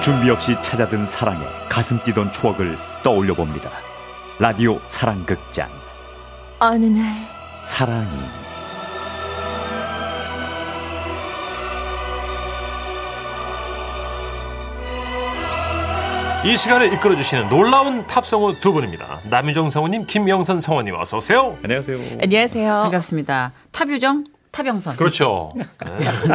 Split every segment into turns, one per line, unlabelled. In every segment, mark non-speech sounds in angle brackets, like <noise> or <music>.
준비 없이 찾아든 사랑에 가슴 뛰던 추억을 떠올려 봅니다. 라디오 사랑극장
어느 날
사랑이
이 시간을 이끌어주시는 놀라운 탑성우 두 분입니다. 남유정 성우님, 김영선 성우님 어서 오세요.
안녕하세요.
안녕하세요.
반갑습니다. 탑유정, 탑영선.
그렇죠.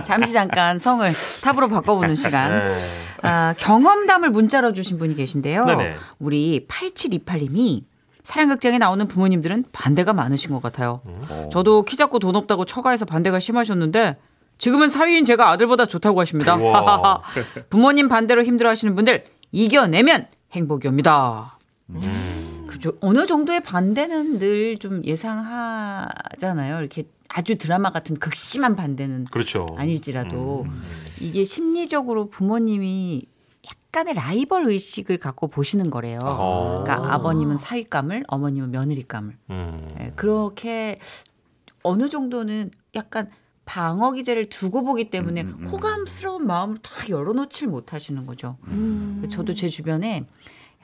잠시 잠깐 성을 탑으로 바꿔보는 시간.
네.
아, 경험담을 문자로 주신 분이 계신데요.
네네.
우리 8728님이 사랑극장에 나오는 부모님들은 반대가 많으신 것 같아요.
음.
저도 키 작고 돈 없다고 처가에서 반대가 심하셨는데 지금은 사위인 제가 아들보다 좋다고 하십니다.
우와.
<laughs> 부모님 반대로 힘들어하시는 분들 이겨내면 행복이 옵니다.
음.
그죠. 어느 정도의 반대는 늘 좀 예상하잖아요. 이렇게 아주 드라마 같은 극심한 반대는
그렇죠.
아닐지라도
네.
이게 심리적으로 부모님이 약간의 라이벌 의식을 갖고 보시는 거래요.
어.
그러니까 아버님은 사윗감을, 어머님은 며느리감을.
음.
예, 그렇게 어느 정도는 약간 방어 기제를 두고 보기 때문에
음,
호감스러운 마음을 다 열어놓질 못하시는 거죠.
음.
그 저도 제 주변에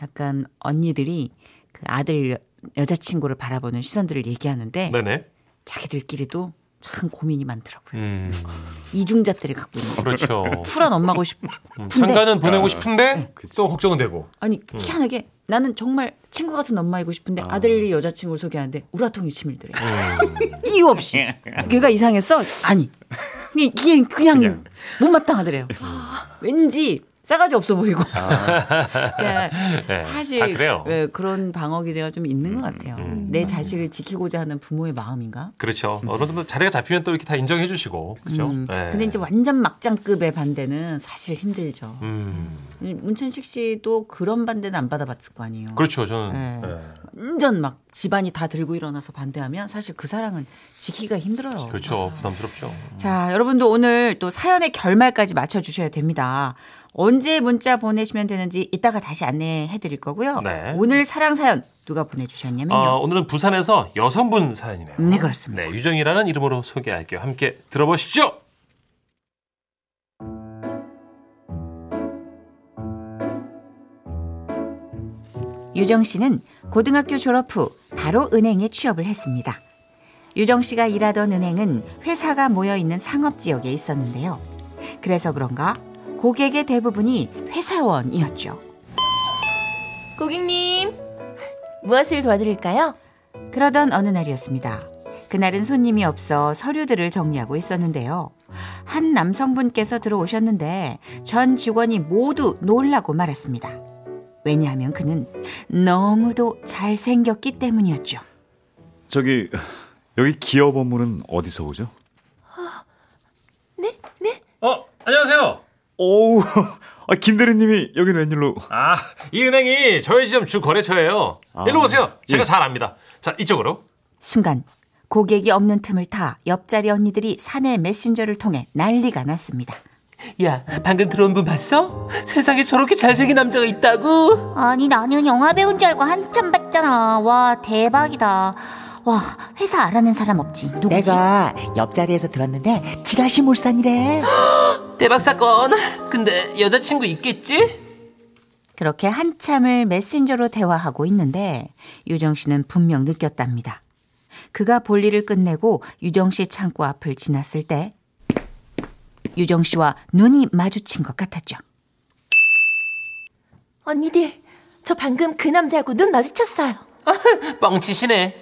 약간 언니들이 그 아들 여- 여자친구를 바라보는 시선들을 얘기하는데
네네.
자기들끼리도 참 고민이 많더라고요.
음.
이중잣대를 갖고 있는 거죠.
그렇죠.
쿨한 엄마고 싶
음,
근데
상가는 보내고 싶은데 또 걱정은 되고.
아니 희한하게 나는 정말 친구 같은 엄마이고 싶은데 아. 들이 여자친구를 소개하는데 우라통이 치밀더래.
음,
<laughs> 이유 없이. 걔가 이상했어? 아니. 이- 이게 그냥,
그냥.
못마땅하더래요.
음.
왠지 싸가지 없어 보이고. <laughs> 그러니까
아. 네.
사실
아, 그래요. 음,
예, 그런 방어 기제가 좀 있는 것 같아요. 내 자식을 지키고자 하는 부모의 마음인가?
그렇죠. 어느 정도 자리가 잡히면 또 이렇게 다 인정해 주시고. 그렇죠.
음,
네.
근데 이제 완전 막장급의 반대는 사실 힘들죠.
음.
문천식 씨도 그런 반대는 안 받아봤을 거 아니에요.
그렇죠. 저는
네.
네.
완전 막 집안이 다 들고 일어나서 반대하면 사실 그 사랑은 지키기가 힘들어요.
그렇죠. 부담스럽죠.
자, 여러분도 오늘 또 사연의 결말까지 맞춰주셔야 됩니다. 언제 문자 보내시면 되는지 이따가 다시 안내해 드릴 거고요.
네.
오늘 사랑 사연 누가
아,
보내주셨냐면요.
오늘은 부산에서 여성분 사연이네요.
네, 그렇습니다.
네, 유정이라는 이름으로 소개할게요. 함께 들어보시죠.
유정 씨는 고등학교 졸업 후 바로 은행에 취업을 했습니다. 유정 씨가 일하던 은행은 회사가 모여 있는 상업 지역에 있었는데요. 그래서 그런가 고객의 대부분이 회사원이었죠.
고객님 무엇을 도와드릴까요?
그러던 어느 날이었습니다. 그날은 손님이 없어 서류들을 정리하고 있었는데요. 한 남성분께서 들어오셨는데 전 직원이 모두 놀라고 말았습니다. 왜냐하면 그는 너무도 잘생겼기 때문이었죠.
저기 여기 기업 업무는 어디서 오죠?
네, 네.
어, 안녕하세요.
오우 아, 김 대리님이 여긴 웬일로?
아, 이 은행이 저희 지점 주 거래처예요.
아.
일로 오세요. 제가
예.
잘 압니다. 자, 이쪽으로.
순간 고객이 없는 틈을 타 옆자리 언니들이 사내 메신저를 통해 난리가 났습니다.
야, 방금 들어온 분 봤어? 세상에 저렇게 잘생긴 남자가 있다고?
아니 나는 영화 배우인 줄 알고 한참 봤잖아. 와 대박이다. 와 회사 알아낸 사람 없지. 누구지?
내가 옆자리에서 들었는데 지라시 몰산이래.
대박 사건. 근데 여자친구 있겠지?
그렇게 한참을 메신저로 대화하고 있는데 유정 씨는 분명 느꼈답니다. 그가 볼일을 끝내고 유정 씨 창구 앞을 지났을 때 유정 씨와 눈이 마주친 것 같았죠.
언니들 저 방금 그 남자하고 눈 마주쳤어요.
뻥치시네.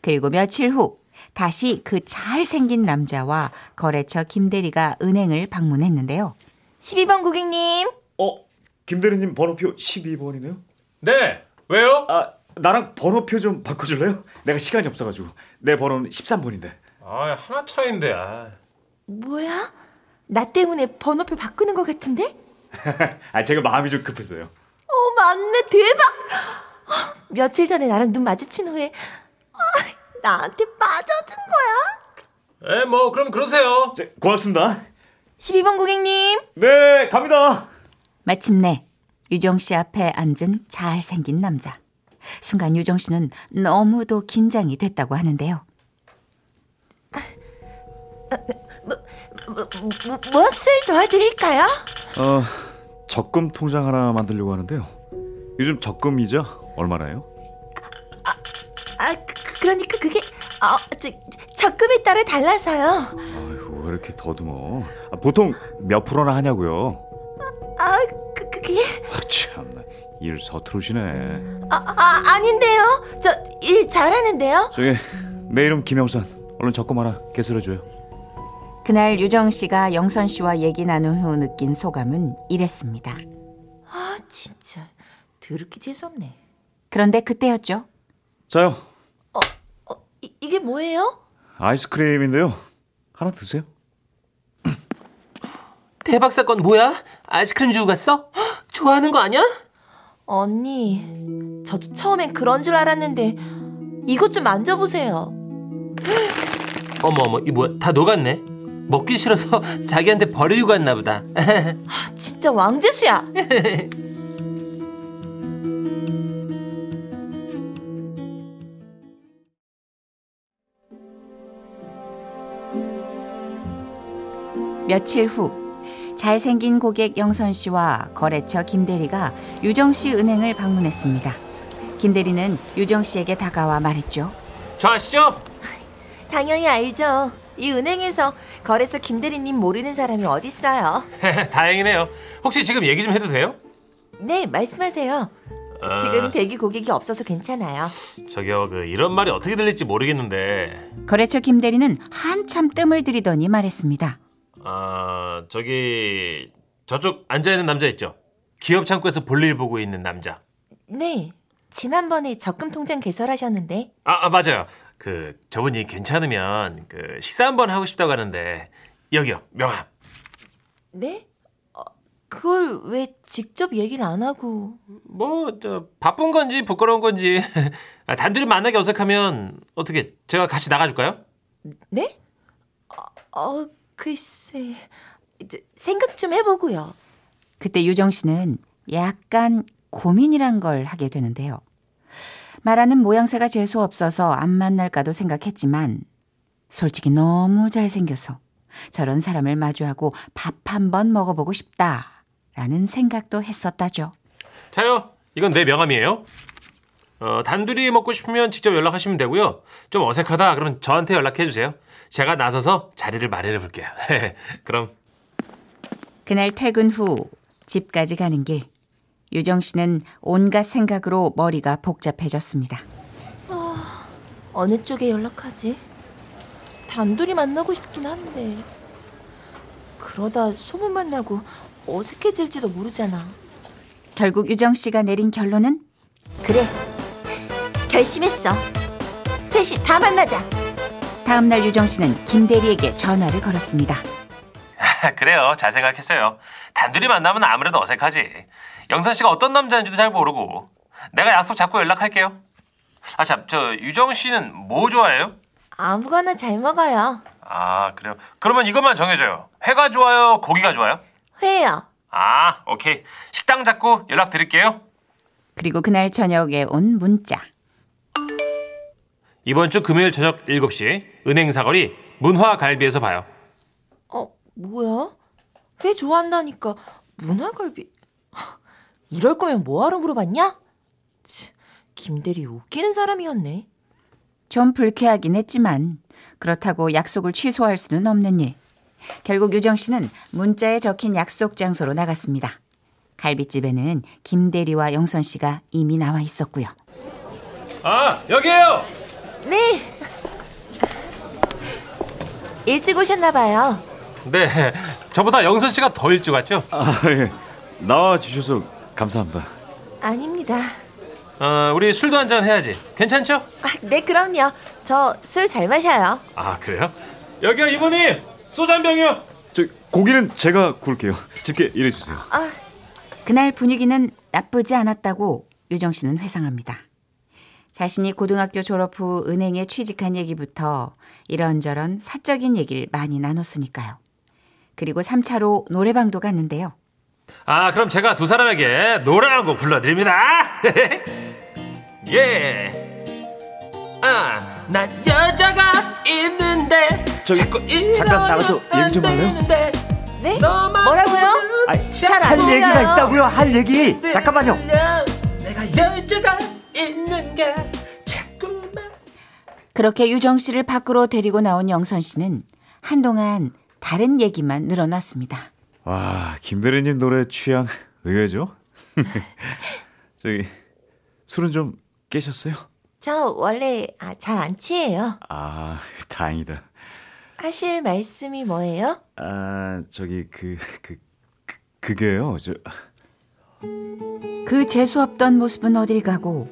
그리고 며칠 후 다시 그 잘생긴 남자와 거래처 김대리가 은행을 방문했는데요.
12번 고객님.
어, 김 대리님 번호표 12번이네요.
네. 왜요?
아, 나랑 번호표 좀 바꿔줄래요? 내가 시간이 없어가지고 내 번호는 13번인데. <laughs>
아, 하나 차인데. 아.
뭐야? 나 때문에 번호표 바꾸는 것 같은데?
아, 제가 마음이 좀 급했어요.
어 맞네 대박. 헉, 며칠 전에 나랑 눈 마주친 후에 아, 나한테 빠져든 거야?
에, 뭐 그럼 그러세요.
제, 고맙습니다.
12번 고객님.
네, 갑니다.
마침내 유정 씨 앞에 앉은 잘생긴 남자. 순간 유정 씨는 너무도 긴장이 됐다고 하는데요.
뭐, 뭐, 무엇을 도와드릴까요?
어, 적금 통장 하나 만들려고 하는데요. 요즘 적금 이자 얼마나요?
아, 그- 그러니까 그게 어, 저, 적금에 따라 달라서요.
아이고 왜 이렇게 더듬어? 아, 보통 몇 프로나 하냐고요?
아, 그, 그게
아, 참나 일 서투르시네.
아, 아 아닌데요. 저 일 잘하는데요.
저기 내 이름 김영선. 얼른 적금 하나 개설해줘요.
그날 유정 씨가 영선 씨와 얘기 나눈 후 느낀 소감은 이랬습니다.
아, 진짜 더럽게 재수없네.
그런데 그때였죠.
자요
어, 이, 이게 뭐예요?
아이스크림인데요. 하나 드세요.
대박 사건 뭐야? 아이스크림 주고 갔어? 헉, 좋아하는 거 아니야?
언니, 저도 처음엔 그런 줄 알았는데 이것 좀 만져보세요.
어머 어머 이 뭐야 다 녹았네. 먹기 싫어서 <laughs> 자기한테 버리고 갔나 보다. <laughs>
아, 진짜 왕재수야.
며칠 후 잘생긴 고객 영선 씨와 거래처 김 대리가 유정 씨 은행을 방문했습니다. 김 대리는 유정 씨에게 다가와 말했죠.
<laughs>
저 아시죠?
<laughs> 당연히 알죠. 이 은행에서 거래처 김대리님 모르는 사람이 어딨어요.
예, 다행이네요. 혹시 지금 얘기 좀 해도 돼요?
네, 말씀하세요.
아.
지금 대기 고객이 없어서 괜찮아요.
저기요 그 이런 말이 어떻게 들릴지 모르겠는데
거래처 김 대리는 한참 뜸을 들이더니 말했습니다.
아 저기 저쪽 앉아 있는 남자 있죠? 기업 창구에서 볼일 보고 있는 남자.
네, 지난번에 적금 통장 개설하셨는데
아, 아, 맞아요. 그 저분이 괜찮으면 그 식사 한번 하고 싶다고 하는데 여기요 명함.
네? 어, 그걸 왜 직접 얘기를 안 하고
뭐 저, 바쁜 건지 부끄러운 건지 <laughs> 아, 단둘이 만나기 어색하면 어떻게 제가 같이 나가줄까요?
네? 어, 어 글쎄 이제 생각 좀 해보고요.
그때 유정 씨는 약간 고민이란 걸 하게 되는데요. 말하는 모양새가 재수 없어서 안 만날까도 생각했지만 솔직히 너무 잘생겨서 저런 사람을 마주하고 밥 한번 먹어보고 싶다라는 생각도 했었다죠.
자요 이건 내 명함이에요. 어, 단둘이 먹고 싶으면 직접 연락하시면 되고요. 좀 어색하다 그럼 저한테 연락해 주세요. 제가 나서서 자리를 마련해 볼게요. <laughs> 그럼
그날 퇴근 후 집까지 가는 길 유정 씨는 온갖 생각으로 머리가 복잡해졌습니다.
어느 쪽에 연락하지? 단둘이 만나고 싶긴 한데 그러다 소문만 나고 어색해질지도 모르잖아.
결국 유정 씨가 내린 결론은
그래 결심했어. 셋이 다 만나자.
다음날 유정 씨는 김 대리에게 전화를 걸었습니다.
<laughs> 그래요. 잘 생각했어요. 단둘이 만나면 아무래도 어색하지. 영선 씨가 어떤 남자인지도 잘 모르고. 내가 약속 잡고 연락할게요. 아, 참, 저 유정 씨는 뭐 좋아해요?
아무거나 잘 먹어요.
아, 그래요. 그러면 이것만 정해줘요. 회가 좋아요, 고기가 좋아요?
회요.
아, 오케이. 식당 잡고 연락 드릴게요.
그리고 그날 저녁에 온 문자.
이번 주 금요일 저녁 7시 은행 사거리 문화갈비에서 봐요.
어, 뭐야? 회 좋아한다니까 문화갈비. 이럴 거면 뭐하러 물어봤냐? 치, 김대리 웃기는 사람이었네.
좀 불쾌하긴 했지만 그렇다고 약속을 취소할 수는 없는 일. 결국 유정 씨는 문자에 적힌 약속 장소로 나갔습니다. 갈비집에는 김 대리와 영선 씨가 이미 나와 있었고요.
아, 여기에요.
네. 일찍 오셨나 봐요.
네. <laughs> 저보다 영선 씨가 더 일찍 왔죠?
아 예. 나와 주셔서 감사합니다.
아닙니다.
어, 우리 술도 한 잔 해야지. 괜찮죠?
아, 네, 그럼요. 저 술 잘 마셔요.
아 그래요? 여기요 이모님 소주 한 병이요
저 고기는 제가 구울게요. 집게 이래 주세요.
아,
그날 분위기는 나쁘지 않았다고 유정 씨는 회상합니다. 자신이 고등학교 졸업 후 은행에 취직한 얘기부터 이런저런 사적인 얘기를 많이 나눴으니까요. 그리고 3차로 노래방도 갔는데요.
아 그럼 제가 두 사람에게 노래 한 곡 불러드립니다 <laughs> 예
아, 난 여자가 있는데
저기,
자꾸
잠깐 나가서 얘기 좀 할래요?
네? 뭐라고요?
아이,
잘
할
안
얘기가
보여요.
있다고요. 할 얘기.
네.
잠깐만요.
내가 여자가 있는 게 자꾸만
그렇게 유정 씨를 밖으로 데리고 나온 영선 씨는 한동안 다른 얘기만 늘어났습니다.
와, 김대리님 노래 취향 의외죠? <laughs> 저기 술은 좀 깨셨어요?
저 원래 아, 잘 안 취해요.
아, 다행이다.
하실 말씀이 뭐예요?
아, 저기 그 그 그, 게요 저,
그 재수 없던 모습은 어딜 가고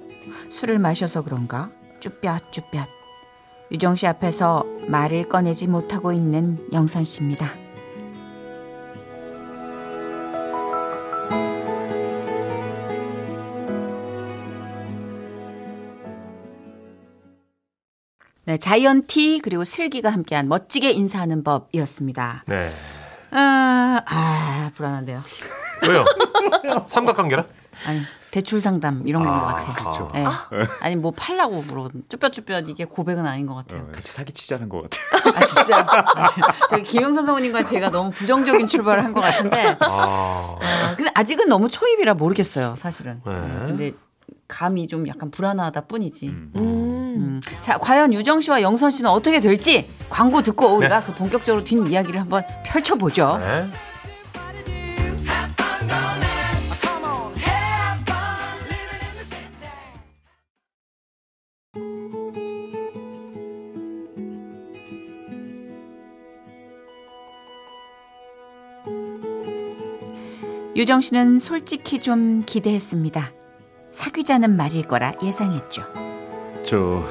술을 마셔서 그런가 쭈뼛쭈뼛 유정 씨 앞에서 말을 꺼내지 못하고 있는 영선 씨입니다. 네, 자이언티 그리고 슬기가 함께한 멋지게 인사하는 법이었습니다.
네
아, 아 불안한데요.
왜요? <laughs> 삼각관계라?
아니 대출 상담 이런 건 것 같아요.
그렇죠.
예. 아니 뭐 팔라고 물어 쭈뼛쭈뼛 이게 고백은 아닌 것 같아요.
같이 사기 치자는 것 같아요.
아 진짜 아, 진짜. 저기 김영선 성우님과 제가 너무 부정적인 출발을 한 것 같은데.
아,
아, 근데 아직은 너무 초입이라 모르겠어요 사실은.
네.
예, 근데 감이 좀 약간 불안하다 뿐이지.
음.
음. 자 과연 유정 씨와 영선 씨는 어떻게 될지 광고 듣고 우리가 그 본격적으로 뒷 이야기를 한번 펼쳐보죠.
네.
유정 씨는 솔직히 좀 기대했습니다. 사귀자는 말일 거라 예상했죠.
저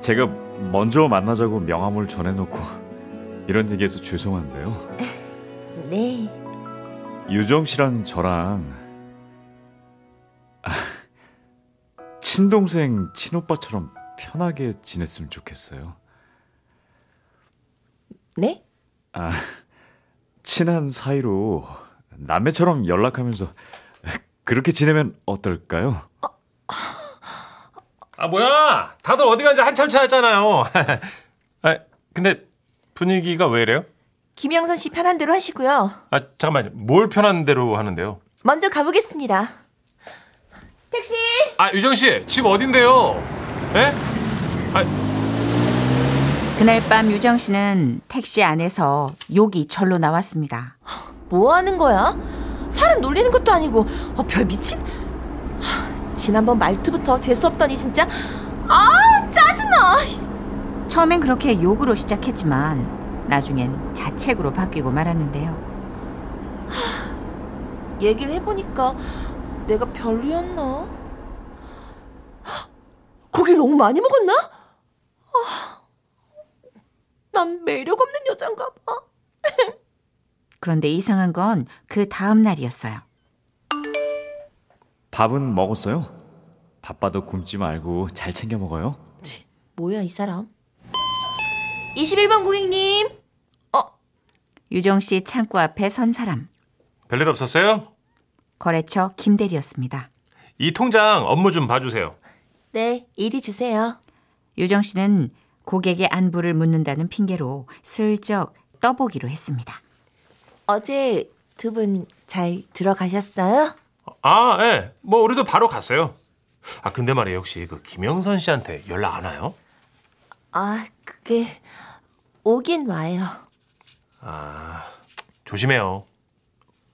제가 먼저 만나자고 명함을 전해놓고 이런 얘기해서 죄송한데요.
네.
유정 씨랑 저랑 아, 친동생 친오빠처럼 편하게 지냈으면 좋겠어요.
네?
친한 사이로 남매처럼 연락하면서 그렇게 지내면 어떨까요?
아 뭐야 다들 어디 간지 한참 차였잖아요 <laughs> 아, 근데 분위기가 왜 이래요?
김영선 씨 편한 대로 하시고요.
아 잠깐만요 뭘 편한 대로 하는데요
먼저 가보겠습니다. 택시!
아 유정씨 집 어딘데요? 예?
그날 밤 유정 씨는 택시 안에서 욕이 절로 나왔습니다.
뭐 하는 거야? 사람 놀리는 것도 아니고, 어, 별 미친? 하, 지난번 말투부터 재수없더니 진짜. 아, 짜증나! 씨.
처음엔 그렇게 욕으로 시작했지만 나중엔 자책으로 바뀌고 말았는데요.
얘기를 해보니까 내가 별로였나? 고기 너무 많이 먹었나? 아, 난 매력 없는 여잔가 봐.
그런데 이상한 건 그 다음 날이었어요.
밥은 먹었어요? 바빠도 굶지 말고 잘 챙겨 먹어요.
뭐야 이 사람? 21번 고객님.
유정 씨 창구 앞에 선 사람
별일 없었어요?
거래처 김대리였습니다.
이 통장 업무 좀 봐주세요
네, 이리 주세요.
유정 씨는 고객의 안부를 묻는다는 핑계로 슬쩍 떠보기로 했습니다.
어제 두 분 잘 들어가셨어요?
아, 예. 뭐 우리도 바로 갔어요. 아, 근데 말이에요. 혹시 그 김영선 씨한테 연락 안 와요?
아, 그게 오긴 와요.
조심해요.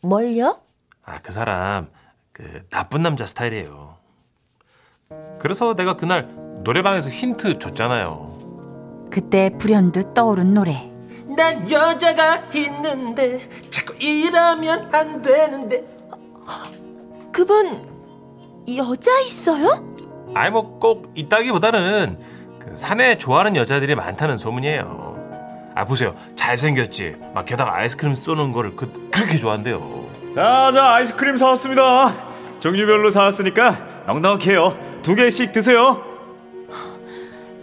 뭘요?
아, 그 사람 그 나쁜 남자 스타일이에요. 그래서 내가 그날 노래방에서 힌트 줬잖아요.
그때 불현듯 떠오른 노래.
난 여자가 있는데 자꾸 이러면 안 되는데
그분 여자 있어요?
아이 뭐 꼭 있다기보다는 그 산에 좋아하는 여자들이 많다는 소문이에요. 아, 보세요. 잘생겼지. 막 게다가 아이스크림 쏘는 거를 그, 그렇게 좋아한대요.
자, 자 아이스크림 사왔습니다. 종류별로 사왔으니까 넉넉해요. 두 개씩 드세요.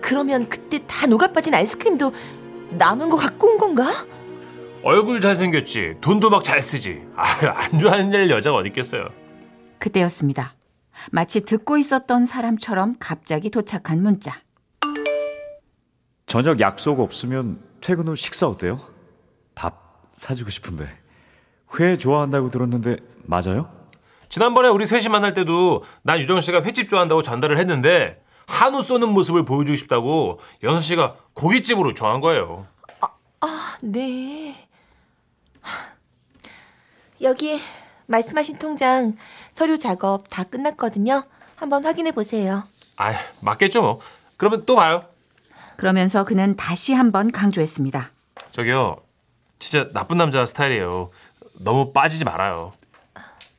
그러면 그때 다 녹아 빠진 아이스크림도 남은 거 갖고 온 건가?
얼굴 잘생겼지. 돈도 막 잘 쓰지. 아, 안 좋아하는 여자가 어디 있겠어요.
그때였습니다. 마치 듣고 있었던 사람처럼 갑자기 도착한 문자.
저녁 약속 없으면 퇴근 후 식사 어때요? 밥 사주고 싶은데 회 좋아한다고 들었는데 맞아요?
지난번에 우리 셋이 만날 때도 난 유정 씨가 횟집 좋아한다고 전달을 했는데 한우 쏘는 모습을 보여주고 싶다고 연서 씨가 고깃집으로 정한 거예요.
아, 네. 하, 여기 말씀하신 통장 서류 작업 다 끝났거든요. 한번 확인해 보세요.
아, 맞겠죠 뭐. 그러면 또 봐요.
그러면서 그는 다시 한번 강조했습니다.
저기요, 진짜 나쁜 남자 스타일이에요. 너무 빠지지 말아요.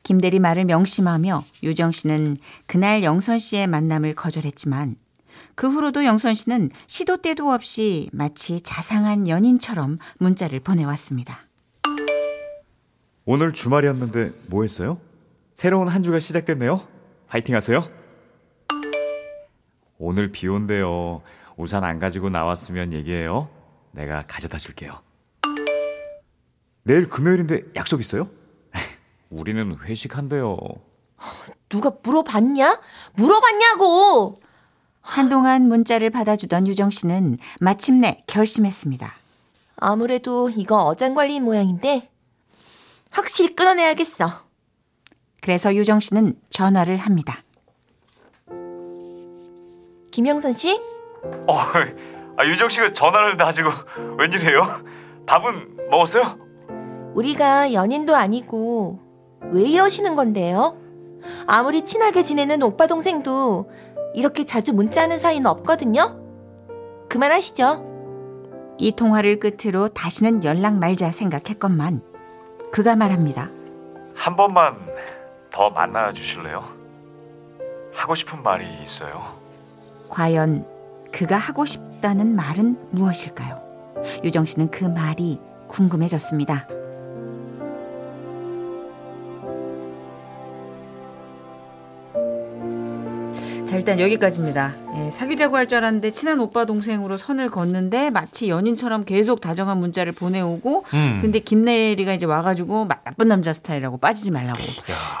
김대리 말을 명심하며 유정 씨는 그날 영선 씨의 만남을 거절했지만 그 후로도 영선 씨는 시도 때도 없이 마치 자상한 연인처럼 문자를 보내왔습니다.
오늘 주말이었는데 뭐 했어요? 새로운 한 주가 시작됐네요. 파이팅 하세요. 오늘 비 온대요. 우산 안 가지고 나왔으면 얘기해요. 내가 가져다 줄게요. 내일 금요일인데 약속 있어요? <laughs> 우리는 회식한대요.
누가 물어봤냐? 물어봤냐고!
한동안 문자를 받아주던 유정 씨는 마침내 결심했습니다.
아무래도 이거 어장관리인 모양인데 확실히 끊어내야겠어.
그래서 유정 씨는 전화를 합니다.
김영선 씨?
어, 아, 유정 씨가 전화를 가지고 <laughs> 웬일이에요? 밥은 먹었어요?
우리가 연인도 아니고 왜 이러시는 건데요? 아무리 친하게 지내는 오빠 동생도 이렇게 자주 문자하는 사이는 없거든요. 그만하시죠.
이 통화를 끝으로 다시는 연락 말자 생각했건만 그가 말합니다.
한 번만 더 만나 주실래요? 하고 싶은 말이 있어요.
과연 그가 하고 싶다는 말은 무엇일까요? 유정 씨는 그 말이 궁금해졌습니다. 자 일단 여기까지입니다. 예, 사귀자고 할 줄 알았는데 친한 오빠 동생으로 선을 걷는데 마치 연인처럼 계속 다정한 문자를 보내오고
음.
근데 김대리가 이제 와가지고 막 나쁜 남자 스타일이라고 빠지지 말라고.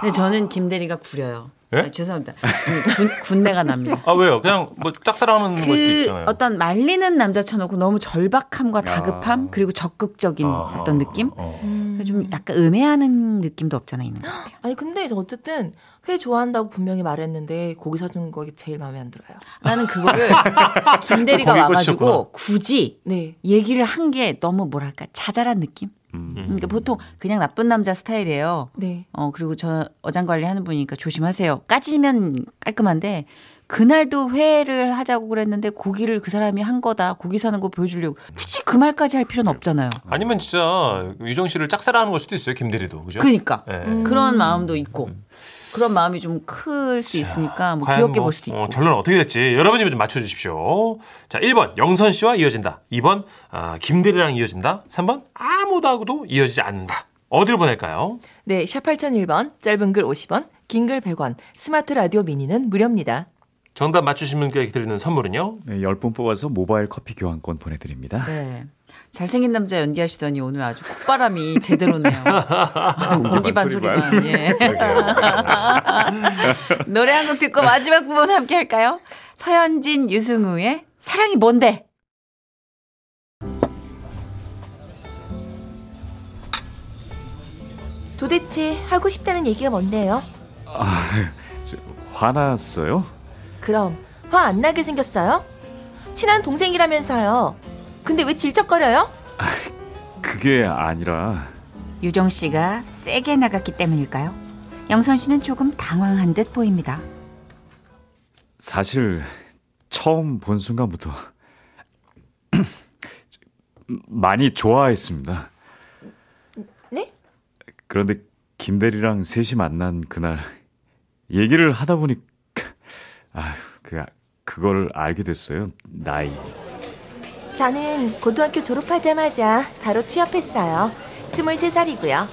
근데 저는 김대리가 구려요.
예?
아, 죄송합니다. 좀 군, 군내가 납니다.
아 왜요? 그냥 뭐 짝사랑하는 걸 수도
그
있잖아요.
어떤 말리는 남자 쳐놓고 너무 절박함과 다급함 그리고 적극적인
아,
어떤 느낌
어.
그래서 좀 약간 음해하는 느낌도 없잖아 있는 것 같아요.
아니 근데 저 어쨌든 회 좋아한다고 분명히 말했는데 고기 사준 거 제일 마음에 안 들어요.
<laughs> 나는 <laughs> 그거를 김 대리가
거기
와가지고
꽂혔구나.
굳이
네.
얘기를 한 게 너무 뭐랄까 자잘한 느낌.
음.
그러니까 보통 그냥 나쁜 남자 스타일이에요.
네.
어 그리고 저 어장 관리하는 분이니까 조심하세요. 까지면 깔끔한데 그날도 회를 하자고 그랬는데 고기를 그 사람이 한 거다 고기 사는 거 보여주려고 굳이 그 말까지 할
네.
필요는 없잖아요.
아니면 진짜 유정 씨를 짝사랑하는 걸 수도 있어요. 김대리도 그죠?
그러니까
예.
그런 마음도 있고 그런 마음이 좀 클 수 있으니까 뭐
과연
귀엽게
뭐,
볼 수도 있고
어, 결론은 어떻게 될지 여러분이 좀 맞춰주십시오. 자, 1번 영선 씨와 이어진다. 2번 아, 김대리랑 이어진다. 3번 아무도하고도 이어지지 않는다. 어디로 보낼까요?
네, 샵 8001번, 짧은 글 50원, 긴 글 100원, 스마트 라디오 미니는 무료입니다.
정답 맞추신 분께 드리는 선물은요.
네, 10분 뽑아서 모바일 커피 교환권
<laughs>
보내드립니다.
네. 잘생긴 남자 연기하시더니 오늘 아주 콧바람이 제대로네요. 고기 반
소리
소리
<laughs>
반. 예. 노래 한 곡 듣고 마지막 부분 함께 할까요? 서현진, 유승우의 사랑이 뭔데?
도대체 하고 싶다는 얘기가 뭔데요?
저, 화났어요?
그럼 화 안 나게 생겼어요? 친한 동생이라면서요. 근데 왜 질척거려요?
그게 아니라
유정 씨가 세게 나갔기 때문일까요? 영선 씨는 조금 당황한 듯 보입니다.
사실 처음 본 순간부터 <clears throat> 많이 좋아했습니다.
네?
그런데 김대리랑 셋이 만난 그날 얘기를 하다 보니 아휴 그 그걸 알게 됐어요. 나이.
저는 고등학교 졸업하자마자 바로 취업했어요. 23살이고요.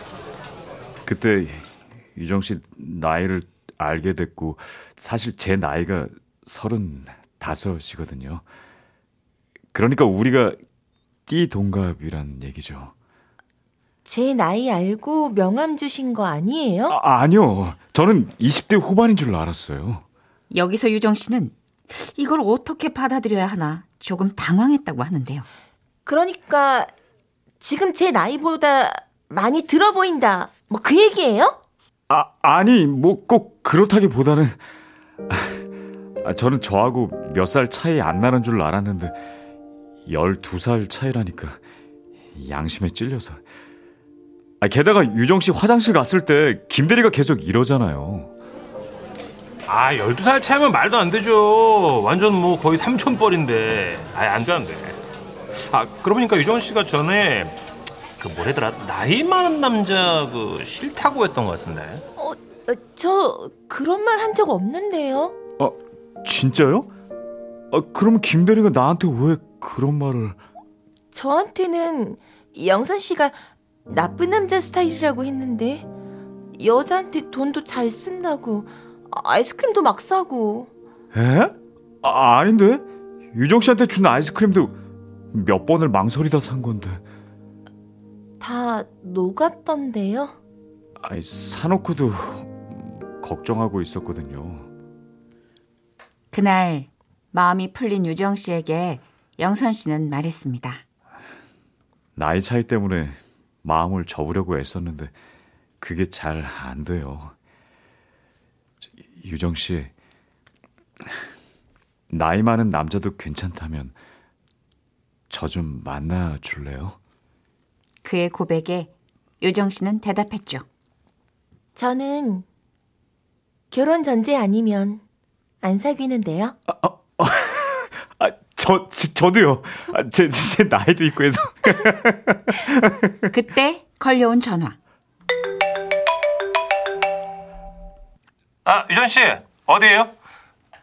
그때 유정 씨 나이를 알게 됐고 사실 제 나이가 서른 다섯이거든요. 그러니까 우리가 띠 동갑이란 얘기죠.
제 나이 알고 명함 주신 거 아니에요?
아, 아니요. 저는 20대 후반인 줄 알았어요.
여기서 유정 씨는 이걸 어떻게 받아들여야 하나 조금 당황했다고 하는데요.
그러니까 지금 제 나이보다 많이 들어 보인다. 뭐 그 얘기예요?
아, 아니, 뭐 꼭 그렇다기보다는 아, 저는 저하고 몇 살 차이 안 나는 줄 알았는데 12살 차이라니까 양심에 찔려서 아, 게다가 유정 씨 화장실 갔을 때 김대리가 계속 이러잖아요.
아 12살 차이면 말도 안 되죠 완전 뭐 거의 삼촌뻘인데 아예 안돼 안돼 아 그러고 보니까 유정 씨가 전에 그 뭐래더라 나이 많은 남자 그 싫다고 했던 것 같은데
어, 어, 저 그런 말 한 적 없는데요.
아, 진짜요? 아, 그럼 김대리가 나한테 왜 그런 말을
저한테는 영선 씨가 나쁜 남자 스타일이라고 했는데 여자한테 돈도 잘 쓴다고 아이스크림도 막 사고
에? 아, 아닌데? 유정 씨한테 준 아이스크림도 몇 번을 망설이다 산 건데.
다 녹았던데요.
아이, 사놓고도 걱정하고 있었거든요.
그날 마음이 풀린 유정 씨에게 영선 씨는 말했습니다.
나이 차이 때문에 마음을 접으려고 애썼는데 그게 잘 안 돼요. 저, 유정 씨 나이 많은 남자도 괜찮다면 저 좀 만나 줄래요?
그의 고백에 유정 씨는 대답했죠.
저는 결혼 전제 아니면 안 사귀는데요.
아, 저, 저 저도요. 아, 제, 제 나이도 있고 해서
그때 걸려온 전화.
아 유정 씨 어디에요?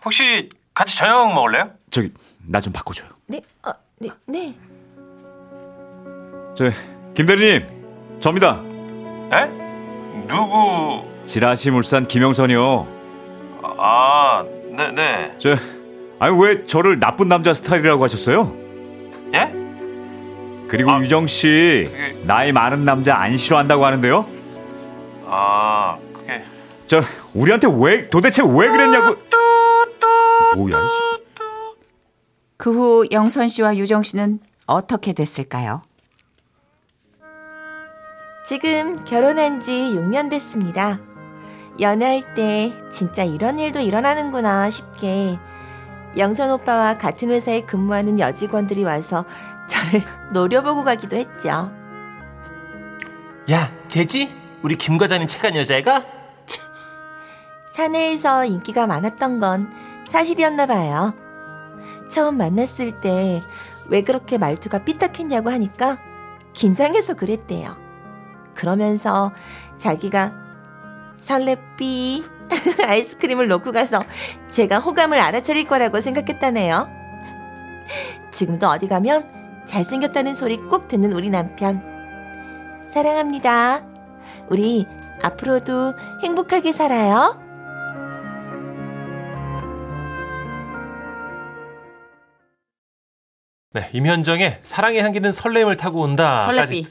혹시 같이 저녁 먹을래요?
저기 나 좀 바꿔줘요.
네, 어, 네, 네.
저 김대리님 접니다.
에?
예?
누구?
지라시 물산 김영선이요.
아 네네
저 아니 왜 저를 나쁜 남자 스타일이라고 하셨어요?
예?
그리고
아,
유정 씨
그게-
나이 많은 남자 안 싫어한다고 하는데요.
아 그게
저 우리한테 왜 도대체 왜 그랬냐고. 뭐야? 이 씨.
그 후 영선 씨와 유정 씨는 어떻게 됐을까요?
지금 결혼한 지 6년 됐습니다. 연애할 때 진짜 이런 일도 일어나는구나 싶게 영선 오빠와 같은 회사에 근무하는 여직원들이 와서 저를 <laughs> 노려보고 가기도 했죠.
야 재지 우리 김 과장님 착한 여자애가
사내에서 인기가 많았던 건 사실이었나 봐요. 처음 만났을 때 왜 그렇게 말투가 삐딱했냐고 하니까 긴장해서 그랬대요. 그러면서 자기가 설레삐 <laughs> 아이스크림을 놓고 가서 제가 호감을 알아차릴 거라고 생각했다네요. 지금도 어디 가면 잘생겼다는 소리 꼭 듣는 우리 남편. 사랑합니다. 우리 앞으로도 행복하게 살아요.
네, 임현정의 사랑의 향기는 설렘을 타고 온다
설레비.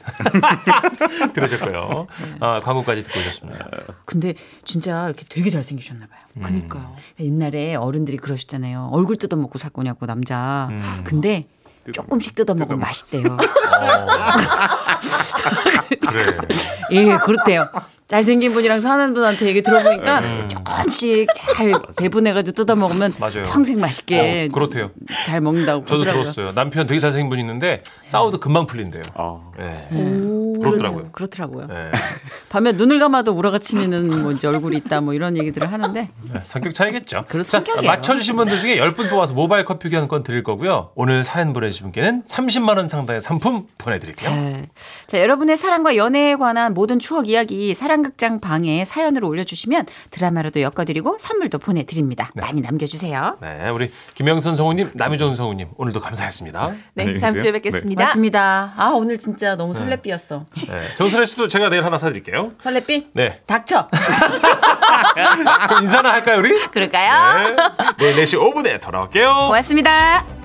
<laughs> 들으셨고요 아, 광고까지 듣고 오셨습니다
근데 진짜 이렇게 되게 잘생기셨나 봐요.
그니까요
옛날에 어른들이 그러셨잖아요. 얼굴 뜯어먹고 살 거냐고 남자.
음.
근데 조금씩 뜯어먹으면 맛있대요.
그래
예, 그렇대요. 잘생긴 분이랑 사는 분한테 얘기 들어보니까 조금씩 잘 배분해가지고 뜯어먹으면
네. 음. 맞아요.
평생 맛있게
어, 그렇대요
잘 먹는다고
저도
그러더라고요.
들었어요 남편 되게 잘생긴 분이 있는데 싸워도 금방 풀린대요
아,
네.
그렇더라고요.
그렇더라고요
그렇더라고요.
네.
밤에 눈을 감아도 우라가 치미는 뭐 이제 얼굴이 있다 뭐 이런 얘기들을 하는데
네, 성격 차이겠죠.
그런
자,
성격이에요.
맞춰주신 분들 중에 10분 뽑아서 모바일 커피 교환권 드릴 거고요. 오늘 사연 보내주신 분께는 30만 원 상당의 상품 보내드릴게요.
네. 자, 여러분의 사랑과 연애에 관한 모든 추억 이야기 사랑극장 방에 사연으로 올려주시면 드라마로도 엮어드리고 선물도 보내드립니다. 많이 남겨주세요.
네, 우리 김영선 성우님, 남유정 성우님 오늘도 감사했습니다.
네,
안녕히
다음 주에
계세요.
뵙겠습니다.
맞습니다. 아 오늘 진짜 너무 설레삐였어.
네, 정선혜 씨도 제가 내일 하나 사드릴게요.
설레삐?
네,
닥쳐.
아, 그럼 인사나 할까요 우리?
그럴까요?
네, 내일 4시 5분에 돌아올게요.
고맙습니다.